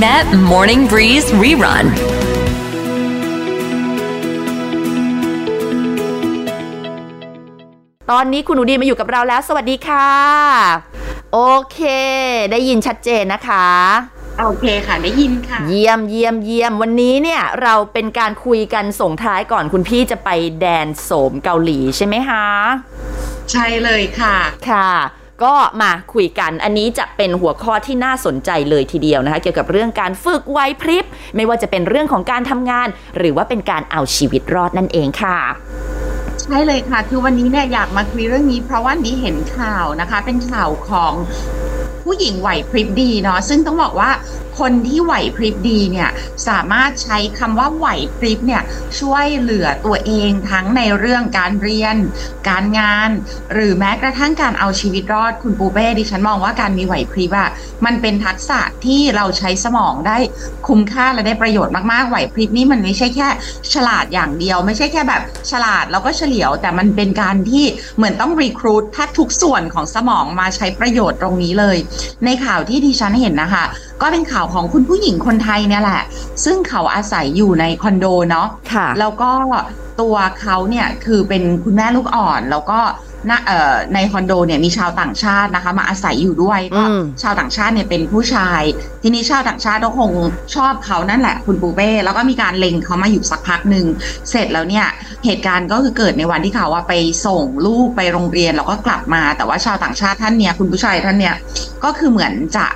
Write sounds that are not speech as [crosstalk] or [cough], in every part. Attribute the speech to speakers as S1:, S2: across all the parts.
S1: Met Morning Breeze Rerun.
S2: ตอนนี้คุณหนูดีมาอยู่กับเราแล้ว สวัสดีค่ะ โอเค ได้ยินชัดเจนนะคะ
S3: โอเคค่ะ ได้ยินค่ะ
S2: เยี่ยมเยี่ยมเยี่ยมวันนี้เนี่ยเราเป็นการคุยกันส่งท้ายก่อนคุณพี่จะไปแดนโสมเกาหลีใช่ไหมคะ
S3: ใช่เลยค่ะ
S2: ค่ะ ก็มาคุยกันอันนี้จะเป็นหัวข้อที่น่าสนใจเลยทีเดียวนะคะ เกี่ยวกับเรื่องการฝึกไหวพริบ ไม่ว่าจะเป็นเรื่องของการทำงาน หรือว่าเป็นการเอาชีวิตรอดนั่นเองค่ะ
S3: ใช่เลยค่ะ คือวันนี้เนี่ยอยากมาคุยเรื่องนี้ เพราะว่านี้เห็นข่าวนะคะ เป็นข่าวของผู้หญิงไหวพริบดีเนาะซึ่งต้องบอกว่าคนที่ไหวพริบดีเนี่ยสามารถใช้คำว่าไหวพริบเนี่ยช่วยเหลือตัวเองทั้งในเรื่องการเรียน การงาน หรือแม้กระทั่งการเอาชีวิตรอดคุณปูเป้ดิฉันมองว่าการมีไหวพริบอะมันเป็นทักษะที่เราใช้สมองได้คุ้มค่าและได้ประโยชน์มากๆไหวพริบนี่มันไม่ใช่แค่ ฉลาดอย่างเดียว ไม่ใช่แค่แบบฉลาดแล้วก็เฉลียว แต่มันเป็นการที่เหมือนต้องรีครูทแทบทุกส่วนของสมองมาใช้ประโยชน์ตรงนี้เลย ในข่าวที่ดิฉันเห็นนะคะ ก็เป็นข่าวของคุณผู้หญิงคนไทยเนี่ยแหละ ซึ่งเขาอาศัยอยู่ในคอนโดเนาะ
S2: ค่ะ
S3: แล้วก็ตัวเขาเนี่ยคือเป็นคุณแม่ลูกอ่อนแล้วก็นะเอ่อในคอนโดเนี่ยมีชาวต่างชาตินะคะ มาอาศัยอยู่ด้วย
S2: อื
S3: ก็
S2: ม
S3: ชาวต่างชาติเนี่ยเป็นผู้ชาย ทีนี้ชาวต่างชาติก็คงชอบเขานั่นแหละคุณปูเป้แล้วก็มีการเล็งเขามาอยู่สักพักหนึ่งเสร็จแล้วเนี่ยเหตุการณ์ก็คือเกิดในวันที่เขาว่าไปส่งลูกไปโรงเรียนแล้วก็กลับมา แต่ว่าชาวต่างชาติท่านเนี่ยคุณผู้ชายท่านเนี่ยก็คือเหมือนจะ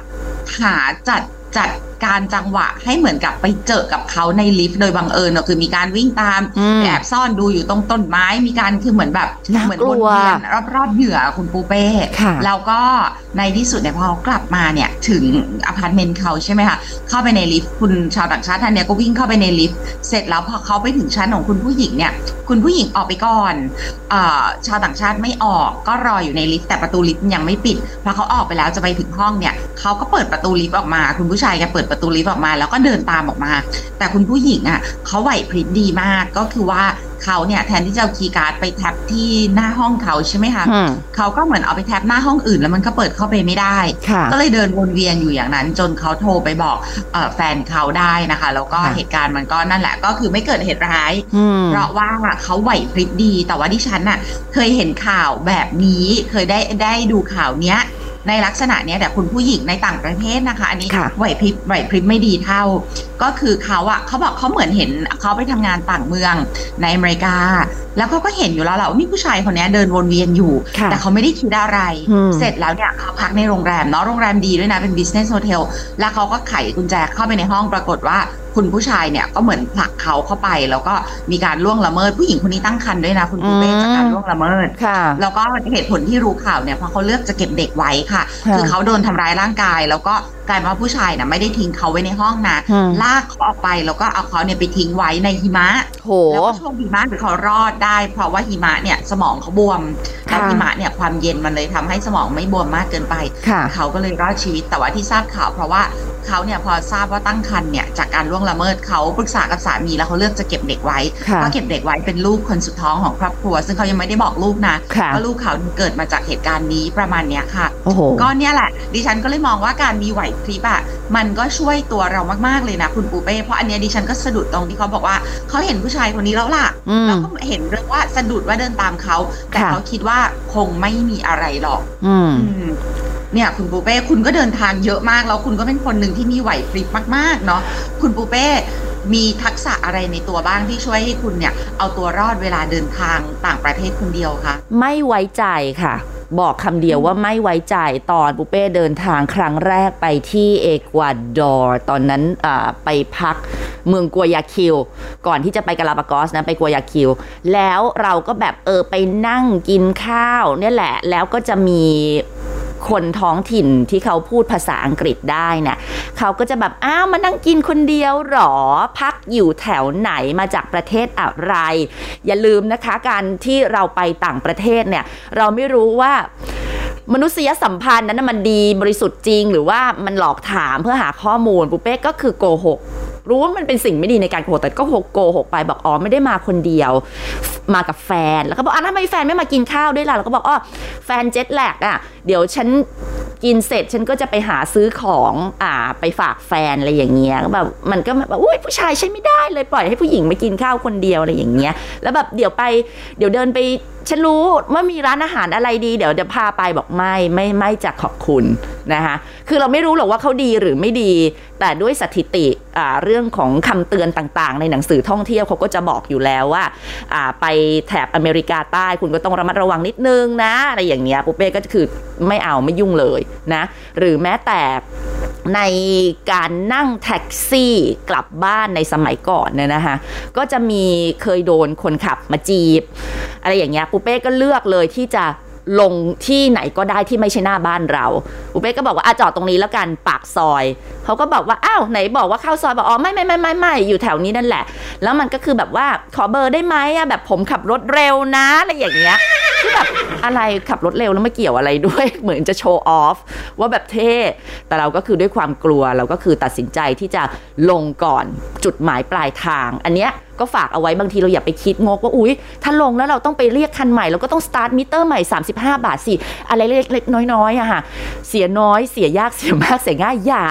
S3: หาจัดจัดการจังหวะให้เหมือนกับไปเจอกับเขาในลิฟต์โดยบังเอิญเนอะคือมีการวิ่งตาม
S2: อืม
S3: แอบซ่อนดูอยู่ตรงต้นไม้มีการคือเหมือนแบบ
S2: น่ากลัว
S3: เหมืนวนเวียนรอบๆเหยื่อคุณปูเป้
S2: ค่ะ
S3: แล้วก็ในที่สุดเนี่ยพอเขากลับมาเนี่ยถึงอพาร์ตเมนต์เขาใช่ไหมคะเข้าไปในลิฟต์คุณชาวต่างชาติท่านเนี่ยก็วิ่งเข้าไปในลิฟต์เสร็จแล้วพอเขาไปถึงชั้นของคุณผู้หญิงเนี่ย คุณผู้หญิงออกไปก่อน เอ่อชาวต่างชาติไม่ออกก็รออยู่ในลิฟต์แต่ประตูลิฟต์ยังไม่ปิดพอเขาออกไปแล้วจะไปถึงห้องเนี่ยเขาก็เปิดประตูลิฟต์ออกมา คุณผู้ชายแกเปิดประตูลิฟต์ออกมา แล้วก็เดินตามออกมา แต่คุณผู้หญิงอ่ะเขาไหวพริบดีมากก็คือว่าเขาเนี่ยแทนที่จะเอาคีย์การ์ดไปแท็บที่หน้าห้องเขาใช่ไหมคะ
S2: อืม
S3: เขาก็เหมือนเอาไปแท็บหน้าห้องอื่น แล้วมันก็เปิดเข้าไปไม่ได้
S2: ค่ะ
S3: ก็เลยเดินวนเวียนอยู่อย่างนั้น จนเขาโทรไปบอกเออแฟนเขาได้นะคะ แล้วก็
S2: ค่ะ
S3: เหตุการณ์มันก็นั่นแหละ ก็คือไม่เกิดเหตุร้าย
S2: อืม
S3: เพราะว่าเขาไหวพริบดี แต่ว่าดิฉันน่ะ เคยเห็นข่าวแบบนี้ เคยได้ได้ดูข่าวเนี้ย ในลักษณะเนี้ยแต่คุณผู้หญิงในต่างประเทศนะคะ อันนี้
S2: ค่ะ
S3: ไหวพริบไหวพริบไม่ดีเท่า ก็คือเขาอะเขาบอกเขาเหมือนเห็นเขาไปทำงานต่างเมืองในอเมริกา แล้วเขาก็เห็นอยู่แล้วแหละว่ามีผู้ชายคนเนี้ยเดินวนเวียนอยู่
S2: ค่ะ
S3: แต่เขาไม่ได้คิดอะไร
S2: อืม
S3: เสร็จแล้วเนี่ยเขาพักในโรงแรมเนาะ โรงแรมดีด้วยนะ เป็น business hotel แล้วเขาก็ไขกุญแจเข้าไปในห้องปรากฏว่า คุณผู้ชายเนี่ยก็เหมือนผลักเขาเข้าไป แล้วก็มีการล่วงละเมิด ผู้หญิงคนนี้ตั้งครรภ์ด้วยนะ คุณปูเป้
S2: อืม
S3: จากการล่วงละเมิด
S2: ค่ะ
S3: แล้วก็เหตุผลที่รู้ข่าวเนี่ยเพราะเขาเลือกจะเก็บเด็กไว้ค่ะ
S2: ค่ะ
S3: คือเขาโดนทำร้ายร่างกาย แล้วก็กลายมาผู้ชายน่ะไม่ได้ทิ้งเขาไว้ในห้องนะ
S2: อืม
S3: ลากเขาออกไปแล้วก็เอาเขาเนี่ยไปทิ้งไว้ในหิมะ
S2: โห
S3: แล้วก็โชคดีมากที่เขารอดได้ เพราะว่าหิมะเนี่ยสมองเขาบวม
S2: ค่ะ
S3: แล้วหิมะเนี่ยความเย็นมันเลยทำให้สมองไม่บวมมากเกินไป
S2: ค่ะ
S3: เขาก็เลยรอดชีวิตแต่ว่าที่ทราบข่าว เพราะว่าเขาเนี่ยพอทราบว่าตั้งครรภ์เนี่ยจากการล่วงละเมิดเขาปรึกษากับสามีแล้วเขาเลือกจะเก็บเด็กไว้
S2: ค่ะ
S3: ก็เก็บเด็กไว้เป็นลูกคนสุดท้องของครอบครัว ซึ่งเขายังไม่ได้บอกลูกนะ
S2: ค่ะ
S3: ว่าลูกเขาเกิดมาจากเหตุการณ์นี้ประมาณเนี้ยค่ะ
S2: โอ้โห
S3: ก็เนี่ยแหละ ดิฉันก็เลยมองว่าการมีไหวพริบอะมันก็ช่วยตัวเรามากๆเลยนะ คุณปูเป้เพราะอันเนี้ยดิฉันก็สะดุดตรงที่เขาบอกว่าเขาเห็นผู้ชายคนนี้แล้วล่ะ
S2: อืม
S3: แล้วก็เห็นเรื่องว่าสะดุดว่าเดินตามเขา แต่
S2: ค่ะ
S3: เขาคิดว่าคงไม่มีอะไรหรอก
S2: อืม
S3: อืมเนี่ยคุณปูเป้คุณก็เดินทางเยอะมากแล้วคุณก็เป็นคนหนึ่งที่มีไหวพริบมากๆเนาะคุณปูเป้มีทักษะอะไรในตัวบ้างที่ช่วยให้คุณเนี่ย เอาตัวรอดเวลาเดินทางต่างประเทศคนเดียวคะ
S2: ไม่ไว้ใจค่ะ บอกคำเดียวว่าไม่ไว้ใจตอนปุเป้เดินทางครั้งแรกไปที่เอกวาดอร์ตอนนั้นอ่าไปพักเมืองกัวยาคิว ก่อนที่จะไปกาลาปากอสนะไปกัวยาคิว แล้วเราก็แบบเออไปนั่งกินข้าว เนี่ยแหละแล้วก็จะมีคนท้องถิ่นที่เขาพูดภาษาอังกฤษได้เนี่ย เขาก็จะแบบอ้าวมานั่งกินคนเดียวหรอ พักอยู่แถวไหนมาจากประเทศอะไร อย่าลืมนะคะการที่เราไปต่างประเทศเนี่ย เราไม่รู้ว่า มนุษยสัมพันธ์นั้นนะมันดีบริสุทธิ์จริง หรือว่ามันหลอกถามเพื่อหาข้อมูลปุเป้ก็คือโกหกรู้ว่ามันเป็นสิ่งไม่ดีในการโกหกแต่ก็โกหกไปบอกอ๋อไม่ได้มาคนเดียว [laughs] มากับแฟน แล้วก็บอกอ่ะทำไมแฟนไม่มากินข้าวด้วยล่ะ แล้วก็บอกอ๋อแฟนเจ็ตแลกอ่ะ เดี๋ยวฉันกินเสร็จฉันก็จะไปหาซื้อของอ่าไปฝากแฟนอะไรอย่างเงี้ยก็แบบมันก็แบบอุ้ยผู้ชายใช้ไม่ได้เลยปล่อยให้ผู้หญิงมากินข้าวคนเดียวอะไรอย่างเงี้ย แล้วแบบเดี๋ยวไปเดี๋ยวเดินไปฉันรู้ว่ามีร้านอาหารอะไรดีเดี๋ยวจะพาไปบอกไม่ไม่ไม่จะขอบคุณนะคะคือเราไม่รู้หรอกว่าเขาดีหรือไม่ดี แต่ด้วยสถิติอ่าเรื่องของคำเตือนต่างๆ ในหนังสือท่องเที่ยวเขาก็จะบอกอยู่แล้วว่าอ่าไปแถบอเมริกาใต้คุณก็ต้องระมัดระวังนิดนึงนะอะไรอย่างเงี้ยปุ๊เป้ก็คือไม่เอาไม่ยุ่งเลยนะหรือแม้แต่ ในการนั่งแท็กซี่กลับบ้านในสมัยก่อนเนี่ยนะคะก็จะมีเคยโดนคนขับมาจีบ อะไรอย่างเงี้ยปูเป้ก็เลือกเลยที่จะลงที่ไหนก็ได้ที่ไม่ใช่หน้าบ้านเราปูเป้ก็บอกว่าอ่ะจอดตรงนี้แล้วกันปากซอยเขาก็บอกว่าอ้าวไหนบอกว่าเข้าซอยบอกอ๋อไม่ไม่ไม่ไม่ไม่อยู่แถวนี้นั่นแหละ แล้วมันก็คือแบบว่าขอเบอร์ได้ไหมอะแบบผมขับรถเร็วนะอะไรอย่างเงี้ย คือแบบอะไรขับรถเร็วแล้วไม่เกี่ยวอะไรด้วย [laughs] เหมือนจะโชว์ออฟว่าแบบเท่ แต่เราก็คือด้วยความกลัวเราก็คือตัดสินใจที่จะลงก่อนจุดหมายปลายทาง อันเนี้ยก็ฝากเอาไว้บางทีเราอย่าไปคิดงกว่าอุ๊ย ถ้าลงแล้วเราต้องไปเรียกคันใหม่เราก็ต้องสตาร์ทมิเตอร์ใหม่ 35 บาทสิอะไรเล็กๆน้อยๆอะค่ะเสียน้อยเสียยากเสียมากเสียง่ายอย่า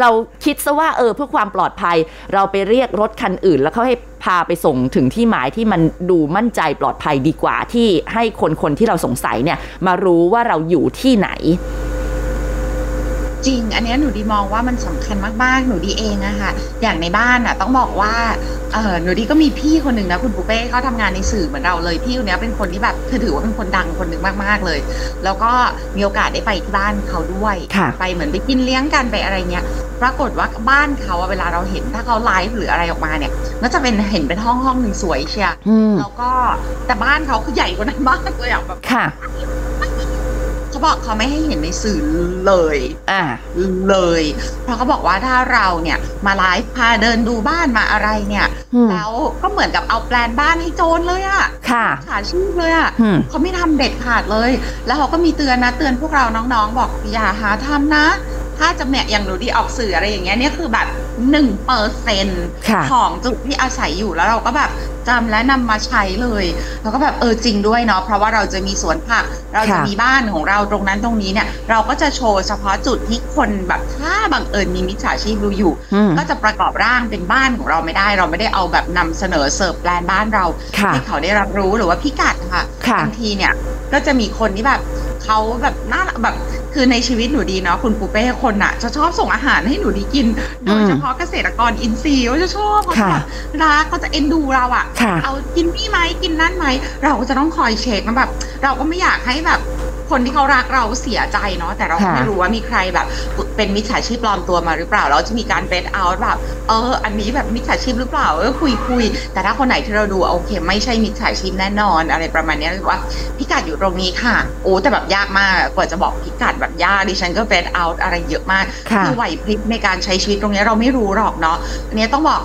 S2: เราคิดซะว่าเออเพื่อความปลอดภัย เราไปเรียกรถคันอื่น แล้วเขาให้ พาไปส่งถึงที่หมายที่มันดูมั่นใจปลอดภัยดีกว่าที่ให้คนคนที่เราสงสัยเนี่ย มารู้ว่าเราอยู่ที่ไหน
S3: จริง อันเนี้ยหนูดีมองว่ามันสำคัญมากๆ หนูดีเองอะค่ะ อย่างในบ้านอะต้องบอกว่า เออหนูดีก็มีพี่คนหนึ่งนะคุณปูเป้เขาทำงานในสื่อเหมือนเราเลย พี่คนเนี้ยเป็นคนที่แบบเธอถือว่าเป็นคนดังคนหนึ่งมากๆเลย แล้วก็มีโอกาสได้ไปที่บ้านเขาด้วย
S2: ค่ะ
S3: ไปเหมือนไปกินเลี้ยงกันไปอะไรเงี้ย ปรากฏว่าบ้านเขาอะเวลาเราเห็นถ้าเขาไลฟ์หรืออะไรออกมาเนี่ย ก็จะเป็นเห็นเป็นห้องห้องๆหนึ่งสวยเชียร์
S2: อืม
S3: แล้วก็แต่บ้านเขาคือใหญ่กว่านั้นมากเลยอะแบบ
S2: ค่ะ
S3: เขาบอกเขาไม่ให้เห็นในสื่อเลย
S2: อ่า
S3: เลย เพราะเขาบอกว่าถ้าเราเนี่ยมาไลฟ์พาเดินดูบ้านมาอะไรเนี่ย
S2: อืม
S3: แล้วก็เหมือนกับเอาแปลนบ้านให้โจรเลยอะ
S2: ค่ะ
S3: ขาชีพเลยอะ
S2: อืม
S3: เขาไม่ทำเด็ดขาดเลย แล้วเขาก็มีเตือนนะเตือนพวกเราน้องๆ บอกอย่าหาทำนะ ถ้าจะเนี่ยอย่างหนูดีออกสื่ออะไรอย่างเงี้ยเนี่ยคือแบบหนึ่งเปอร์เซ็น
S2: ค่ะ
S3: ของจุดที่อาศัยอยู่แล้วเราก็แบบจำและนำมาใช้เลยแล้วก็แบบเออจริงด้วยเนาะเพราะว่าเราจะมีสวนผัก เราจะ
S2: ค่ะ
S3: มีบ้านของเราตรงนั้นตรงนี้เนี่ย เราก็จะโชว์เฉพาะจุดที่คนแบบถ้าบังเอิญมีมิจฉาชีพดูอยู่
S2: อืม
S3: ก็จะประกอบร่างเป็นบ้านของเราไม่ได้ เราไม่ได้เอาแบบนำเสนอเสิร์ฟแปลนบ้านเรา
S2: ค่ะ
S3: ให้เขาได้รับรู้หรือว่าพิกัดค่ะ
S2: ค่ะ
S3: บางทีเนี่ยก็จะมีคนที่แบบเขาแบบน่ารักแบบคือในชีวิตหนูดีเนาะคุณปูเป้คนอะจะชอบส่งอาหารให้หนูดีกิน โดยเฉพาะเกษตรกรอินทรีย์เขาจะชอบเขาจะ
S2: ค่ะ
S3: แบบรักเขาจะเอ็นดูเราอะ
S2: ค่ะ
S3: เอากินนี่ไหมกินนั่นไหม เราก็จะต้องคอยเช็คนะแบบ เราก็ไม่อยากให้แบบคนที่เขารักเราเสียใจเนาะแต่เราก็
S2: ค่ะ
S3: ไม่รู้ว่ามีใครแบบ เป็นมิจฉาชีพปลอมตัวมาหรือเปล่า เราจะมีการเบรดเอาแบบ เออ อันนี้แบบมิจฉาชีพหรือเปล่าเออคุยคุยแต่ถ้าคนไหนที่เราดูโอเค ไม่ใช่มิจฉาชีพแน่นอน อะไรประมาณเนี้ยหรือว่าพิกัดอยู่ตรงนี้ค่ะโอ้แต่แบบยากมากกว่าจะบอกพิกัดแบบยากดิฉันก็เบรดเอาอะไรเยอะมาก
S2: ค่ะ
S3: อไหวพริบในการใช้ชีวิตตรงเนี้ยเราไม่รู้หรอกเนาะอันเนี้ยต้องบอก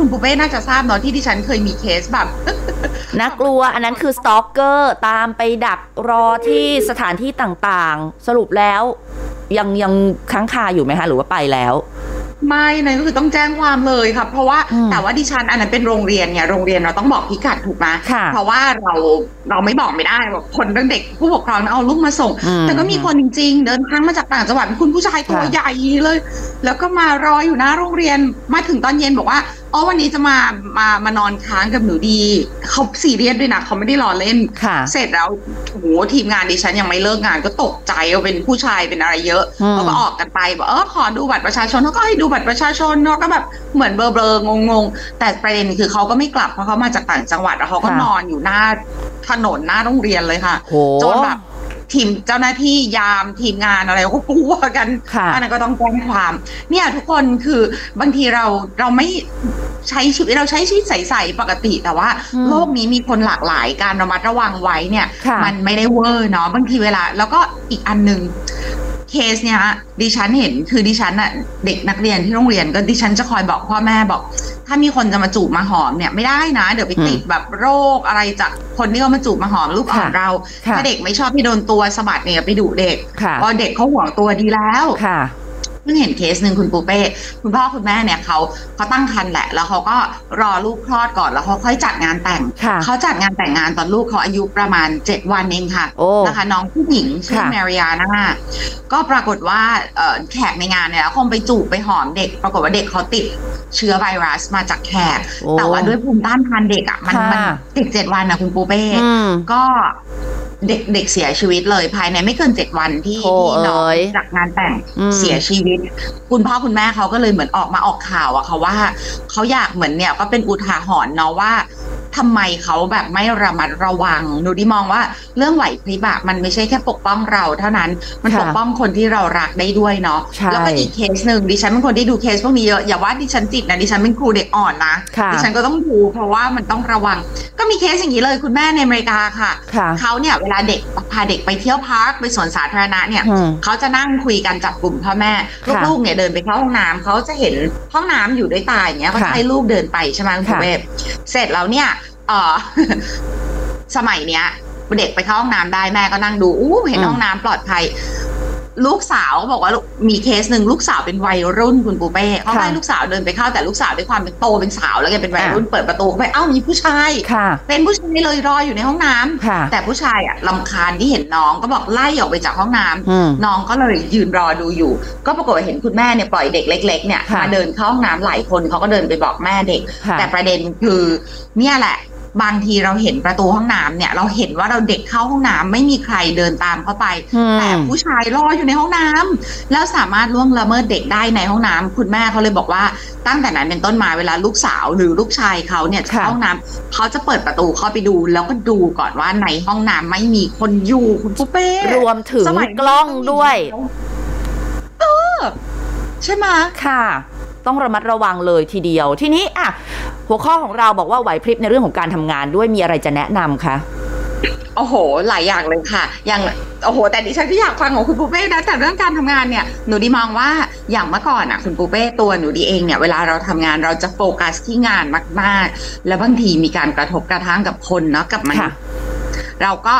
S3: คุณปูเป้น่าจะทราบเนาะที่ดิฉันเคยมีเคสแบบ [laughs]
S2: น่ากลัวอันนั้นคือสตอกเกอร์ตามไปดักรอที่สถานที่ต่างๆ สรุปแล้ว ยังยังค้างคาอยู่ไหมคะ หรือว่าไปแล้ว
S3: ไม่นั่นก็คือต้องแจ้งความเลยค่ะ เพราะว่า
S2: อืม
S3: แต่ว่าดิฉันอันนั้นเป็นโรงเรียนไงโรงเรียนเราต้องบอกพิกัดถูกไหม
S2: ค่ะ
S3: เพราะว่าเราเราไม่บอกไม่ได้แบบคนตั้งเด็กผู้ปกครองเอาลูกมาส่ง
S2: อืม
S3: แต่ก็มีคนจริง ๆ เดินทางมาจากต่างจังหวัดเป็นคุณผู้ชายตัว
S2: ค่ะ
S3: ใหญ่เลย แล้วก็มารออยู่หน้าโรงเรียนมาถึงตอนเย็นบอกว่าอ๋อวันนี้จะมามามานอนค้างกับหนูดีเขาซีเรียสด้วยนะเขาไม่ได้ล้อเล่น
S2: ค่ะ
S3: เสร็จแล้วโอ้โหทีมงานดิฉันยังไม่เลิกงานก็ตกใจว่าเป็นผู้ชายเป็นอะไรเยอะ
S2: อืม
S3: เขาก็ออกกันไปบอกเออขอดูบัตรประชาชนเขาก็ให้ดูบัตรประชาชนเนาะก็แบบเหมือนเบลอๆงงๆ แต่ประเด็นคือเขาก็ไม่กลับเพราะเขามาจากต่างจังหวัดแล้วเขาก็
S2: ค่ะ
S3: นอนอยู่หน้าถนนหน้าโรงเรียนเลยค่ะ
S2: โห
S3: จนแบบทีมเจ้าหน้าที่ยามทีมงานอะไรก็กลัวกัน
S2: ค่ะ
S3: อันนั้นก็ต้องแจ้งความ เนี่ยทุกคนคือบางทีเราเราไม่ใช้ชีวิตเราใช้ชีวิตใสๆปกติ แต่ว่า
S2: อืม
S3: โลกนี้มีคนหลากหลายการระมัดระวังไว้เนี่ย
S2: ค่ะ
S3: มันไม่ได้เวอร์เนาะบางทีเวลา แล้วก็อีกอันหนึ่งเคสเนี่ยฮะดิฉันเห็นคือดิฉันอะเด็กนักเรียนที่โรงเรียนก็ดิฉันจะคอยบอกพ่อแม่บอก ถ้ามีคนจะมาจูบมาหอมเนี่ยไม่ได้นะ เดี๋ยวไปติดแบบโรคอะไรจากคนที่เขามาจูบมาหอมลูกอ่อน
S2: ค่ะ
S3: เรา
S2: ค่ะ
S3: ถ้าเด็กไม่ชอบที่โดนตัวสะบัดเนี่ยไปดุเด็ก
S2: ค่ะ
S3: พอเด็กเขาห่วงตัวดีแล้ว
S2: ค่ะ
S3: พิ่งเห็นเคสหนึ่งคุณปูเป้คุณพ่อคุณแม่เนี่ยเขาเขาตั้งครรภ์แหละ แล้วเขาก็รอลูกคลอดก่อนแล้วเขาค่อยจัดงานแต่ง
S2: ค่ะ
S3: เขาจัดงานแต่งงานตอนลูกเขาอายุประมาณ 7 วันเองค่ะ
S2: โอ้
S3: นะคะน้องผู้หญิงชื่อ
S2: ค่ะ
S3: มาริยานาก็ปรากฏว่าเอ่อแขกในงานเนี่ยคงไปจูบไปหอมเด็ก ปรากฏว่าเด็กเขาติดเชื้อไวรัสมาจากแขก
S2: โอ้
S3: แต่ว่าด้วยภูมิต้านทานเด็กอะ่ะมัน
S2: ค่ะ
S3: มันติดเจ็ดวันนะคุณปูเป้
S2: อืม
S3: ก็เด็กเด็กเสียชีวิตเลยภายในไม่เกินเจ็ดวันที่
S2: โถ่
S3: ที่น้อง
S2: เอ้ย
S3: จากงานแต่ง
S2: อืม
S3: เสียชีวิต คุณพ่อคุณแม่เขาก็เลยเหมือนออกมาออกข่าวอะค่ะว่าเขาอยากเหมือนเนี่ยก็เป็นอุทาหรณ์เนาะว่าทำไมเขาแบบไม่ระมัดระวังหนูดิมองว่าเรื่องไหวพริบอะมันไม่ใช่แค่ปกป้องเราเท่านั้นมัน
S2: ค่ะ
S3: ปกป้องคนที่เรารักได้ด้วยเนาะ
S2: ใช่
S3: แล้วก็อีกเคสหนึ่งดิฉันเป็นคนที่ดูเคสพวกนี้เยอะอย่าว่าดิฉันติดนะดิฉันเป็นครูเด็กอ่อนนะ
S2: ค่ะ
S3: ดิฉันก็ต้องดูเพราะว่ามันต้องระวัง ก็มีเคสอย่างนี้เลยคุณแม่ในอเมริกาค่ะ
S2: ค่ะ
S3: เขาเนี่ยเวลาเด็กพาเด็กไปเที่ยวพาร์คไปสวนสาธารณะเนี่ย
S2: อืม
S3: เขาจะนั่งคุยกันจับกลุ่มพ่อแม่
S2: ค่ะ
S3: ลูกๆเนี่ยเดินไปเข้าห้องน้ำเขาจะเห็นห้องน้ำอยู่ด้วยตาอย่างเงี้ยเขา
S2: ค่ะ
S3: ให้ลูกเดินไปใช่ไหมคุณ
S2: ค่ะ
S3: เวฟเสร็จแล้วเนี่ยเออ [laughs] สมัยเนี้ยเด็กไปเข้าห้องน้ำได้แม่ก็นั่งดูอู้เห็นห้องน้ำปลอดภัย ลูกสาวก็บอกว่าลูกมีเคสหนึ่งลูกสาวเป็นวัยรุ่นคุณปูเป้เขาให้
S2: ค่ะ
S3: ลูกสาวเดินไปเข้าแต่ลูกสาวด้วยความเป็นโตเป็นสาวแล้วแกเป็นวัย
S2: อ่ะ
S3: รุ่นเปิดประตูเข้าไปเอ้ามีผู้ชาย
S2: ค่ะ
S3: เป็นผู้ชายเลยรออยู่ในห้องน้ำ
S2: ค่ะ
S3: แต่ผู้ชายอะลำคาญที่เห็นน้องก็บอกไล่ออกไปจากห้องน้ำ
S2: อืม
S3: น้องก็เลยยืนรอดูอยู่ ก็ปรากฏว่าเห็นคุณแม่เนี่ยปล่อยเด็กเล็ก ๆ เนี่ย
S2: ค่ะ
S3: มาเดินเข้าห้องน้ำหลายคนเขาก็เดินไปบอกแม่เด็ก
S2: ค่ะ
S3: แต่ประเด็นคือ เนี่ยแหละ บางทีเราเห็นประตูห้องน้ำเนี่ย เราเห็นว่าเราเด็กเข้าห้องน้ำไม่มีใครเดินตามเข้าไป
S2: อืม
S3: แต่ผู้ชายรออยู่ในห้องน้ำแล้วสามารถล่วงละเมิดเด็กได้ในห้องน้ำคุณแม่เขาเลยบอกว่าตั้งแต่นั้นเป็นต้นมาเวลาลูกสาวหรือลูกชายเขาเนี่ยจะ
S2: ค่ะ
S3: เข้าห้องน้ำเขาจะเปิดประตูเข้าไปดู แล้วก็ดูก่อนว่าในห้องน้ำไม่มีคนอยู่คุณปุ๊เป้
S2: รวมถึง
S3: สมัยนี้
S2: กล้องด้วย
S3: เออใช่ไหมะ
S2: ค่ะ ต้องระมัดระวังเลยทีเดียว ทีนี้อ่ะ หัวข้อของเราบอกว่าไหวพริบในเรื่องของการทำงานด้วยมีอะไรจะแนะนำคะ
S3: โอ้โห หลายอย่างเลยค่ะ อย่าง โอ้โห แต่ดิฉันที่อยากฟังของคุณปูเป้นะ แต่เรื่องการทำงานเนี่ย หนูดีมองว่า อย่างเมื่อก่อนอ่ะ คุณปูเป้ตัวหนูดีเองเนี่ย เวลาเราทำงานเราจะโฟกัสที่งานมาก ๆ แล้วบางทีมีการกระทบกระทั่งกับคนเนาะ กับมันษย์
S2: ค่ะ
S3: เราก็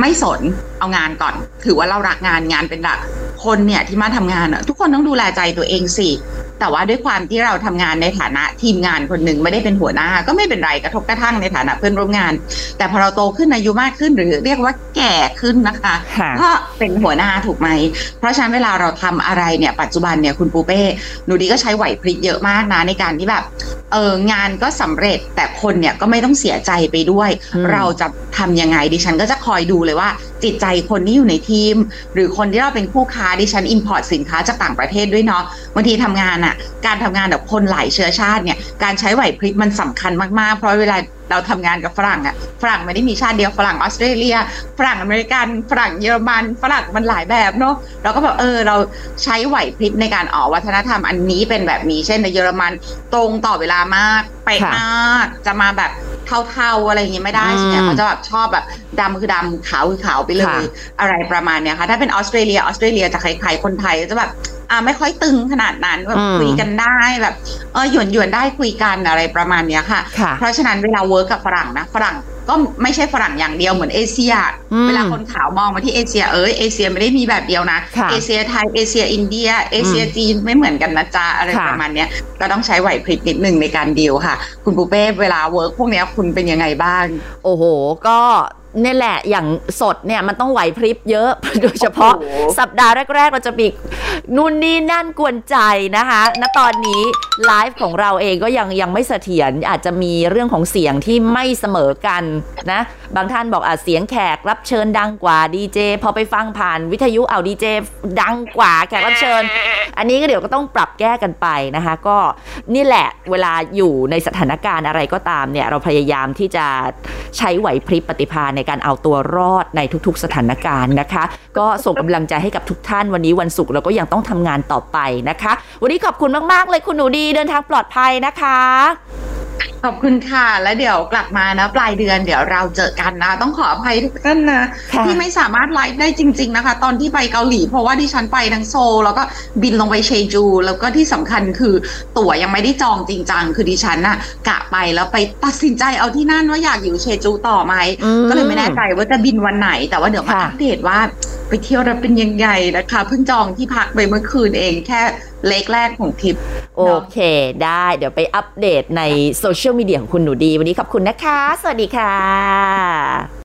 S3: ไม่สนเอางานก่อน ถือว่าเรารักงานงานเป็นหลักคนเนี่ยที่มาทำงานอะทุกคนต้องดูแลใจตัวเองสิ แต่ว่าด้วยความที่เราทำงานในฐานะทีมงานคนหนึ่งไม่ได้เป็นหัวหน้า ก็ไม่เป็นไรกระทบกระทั่งในฐานะเพื่อนร่วมงาน แต่พอเราโตขึ้นอายุมากขึ้นหรือเรียกว่าแก่ขึ้นนะคะ
S2: ค่ะ
S3: ก็เป็นหัวหน้าถูกไหม เพราะฉะนั้นเวลาเราทำอะไรเนี่ยปัจจุบันเนี่ยคุณปูเป้หนูดีก็ใช้ไหวพริบเยอะมากนะในการที่แบบเอองานก็สำเร็จแต่คนเนี่ยก็ไม่ต้องเสียใจไปด้วย
S2: อืม
S3: เราจะทำยังไงดิฉันก็จะคอยดูเลยว่า จิตใจคนที่อยู่ในทีม หรือคนที่เราเป็นคู่ค้าดิฉันอิ p พอ t สินค้าจากต่างประเทศด้วยเนาะบางทีทำงานอะ่ะ การทำงานกับคนหลายเชื้อชาติเนี่ยการใช้ไหวพริบมันสำคัญมากๆ เพราะเวลาเราทำงานกับฝรั่งอะ่ะฝรั่งไม่ได้มีชาติเดียวฝรั่งออสเตรเลีย ฝรั่งอเมริกันฝรั่งเยอรมันฝรั่งมันหลายแบบเนาะเราก็แบบเออเราใช้ไหวพริบในการออกวัฒนธรรมอันนี้เป็นแบบนี้ เช่นในเยอรมันตรงต่อเวลามากเป๊ะ
S2: ค่ะ
S3: มากจะมาแบบเท่าๆอะไรอย่างงี้ไม่ได้
S2: อืม
S3: ใช่ไหมเขาจะแบบชอบแบบดำคือดำขาวคือขาวไปเล
S2: ค่ะ
S3: ย อะไรประมาณเนี้ยค่ะถ้าเป็นออสเตรเลียออสเตรเลียจะคล้ายๆคนไทยจะแบบอ่าไม่ค่อยตึงขนาดนั้นแบบ
S2: อืม
S3: คุยกันได้แบบเออหยวนหยวนๆได้คุยกันอะไรประมาณเนี้ยค่ะ
S2: ค่ะ
S3: เพราะฉะนั้นเวลาเวิร์กกับฝรั่งนะฝรั่งก็ไม่ใช่ฝรั่งอย่างเดียวเหมือนเอเชีย
S2: อืม
S3: เวลาคนขาวมองมาที่เอเชียเอ้ยเอเชียไม่ได้มีแบบเดียวนะ
S2: ค่ะ
S3: เอเชียไทยเอเชียอินเดียเอเชีย
S2: อืม
S3: จีนไม่เหมือนกันนะจ๊ะอะไร
S2: ค่ะ
S3: ประมาณเนี้ยก็ต้องใช้ไหวพริบนิดหนึ่งในการดีลค่ะ คุณปูเป้เวลาเวิร์กพวกเนี้ยคุณเป็นยังไงบ้าง
S2: โอ้โห ก็เนี่ยแหละ อย่างสดเนี่ยมันต้องไหวพริบเยอะ [laughs] โดยเฉพาะ
S3: โอ้โห
S2: สัปดาห์แรก ๆ เราจะมีนู่นนี่นั่นกวนใจนะคะ ณ ตอนนี้ไลฟ์ของเราเองก็ยังยังไม่เสถียร อาจจะมีเรื่องของเสียงที่ไม่เสมอกันนะ บางท่านบอกอ่ะเสียงแขกรับเชิญดังกว่าดีเจ พอไปฟังผ่านวิทยุเอาดีเจดังกว่าแขกรับเชิญ อันนี้ก็เดี๋ยวก็ต้องปรับแก้กันไปนะคะ ก็นี่แหละเวลาอยู่ในสถานการณ์อะไรก็ตามเนี่ย เราพยายามที่จะใช้ไหวพริบปฏิภาณในการเอาตัวรอดในทุกๆสถานการณ์นะคะ ก็ส่งกำลังใจให้กับทุกท่านวันนี้วันศุกร์เราก็ยังต้องทำงานต่อไปนะคะ วันนี้ขอบคุณมากๆเลยคุณหนูดีเดินทางปลอดภัยนะคะ
S3: ขอบคุณค่ะ แล้วเดี๋ยวกลับมานะปลายเดือนเดี๋ยวเราเจอกันนะ ต้องขออภัยทุกท่านนะ
S2: ค่ะ
S3: ที่ไม่สามารถไลฟ์ได้จริง ๆนะคะ ตอนที่ไปเกาหลีเพราะว่าดิฉันไปทั้งโซลแล้วก็บินลงไปเชจู แล้วก็ที่สำคัญคือตั๋วยังไม่ได้จองจริงจังคือดิฉันน่ะกะไปแล้วไปตัดสินใจเอาที่นั่นว่าอยากอยู่เชจูต่อไหม
S2: อืม
S3: ก็เลยไม่แน่ใจว่าจะบินวันไหน แต่ว่าเดี๋ยวมา
S2: ค่ะ
S3: อัปเดตว่า ไปเที่ยวแล้วเป็นยังไงนะคะ เพิ่งจองที่พักไปเมื่อคืนเองแค่เล็กแรกของทริป
S2: โอเค ได้เดี๋ยวไปอัปเดตในโซเชียลมีเดียของคุณหนูดี วันนี้ขอบคุณนะคะ สวัสดีค่ะ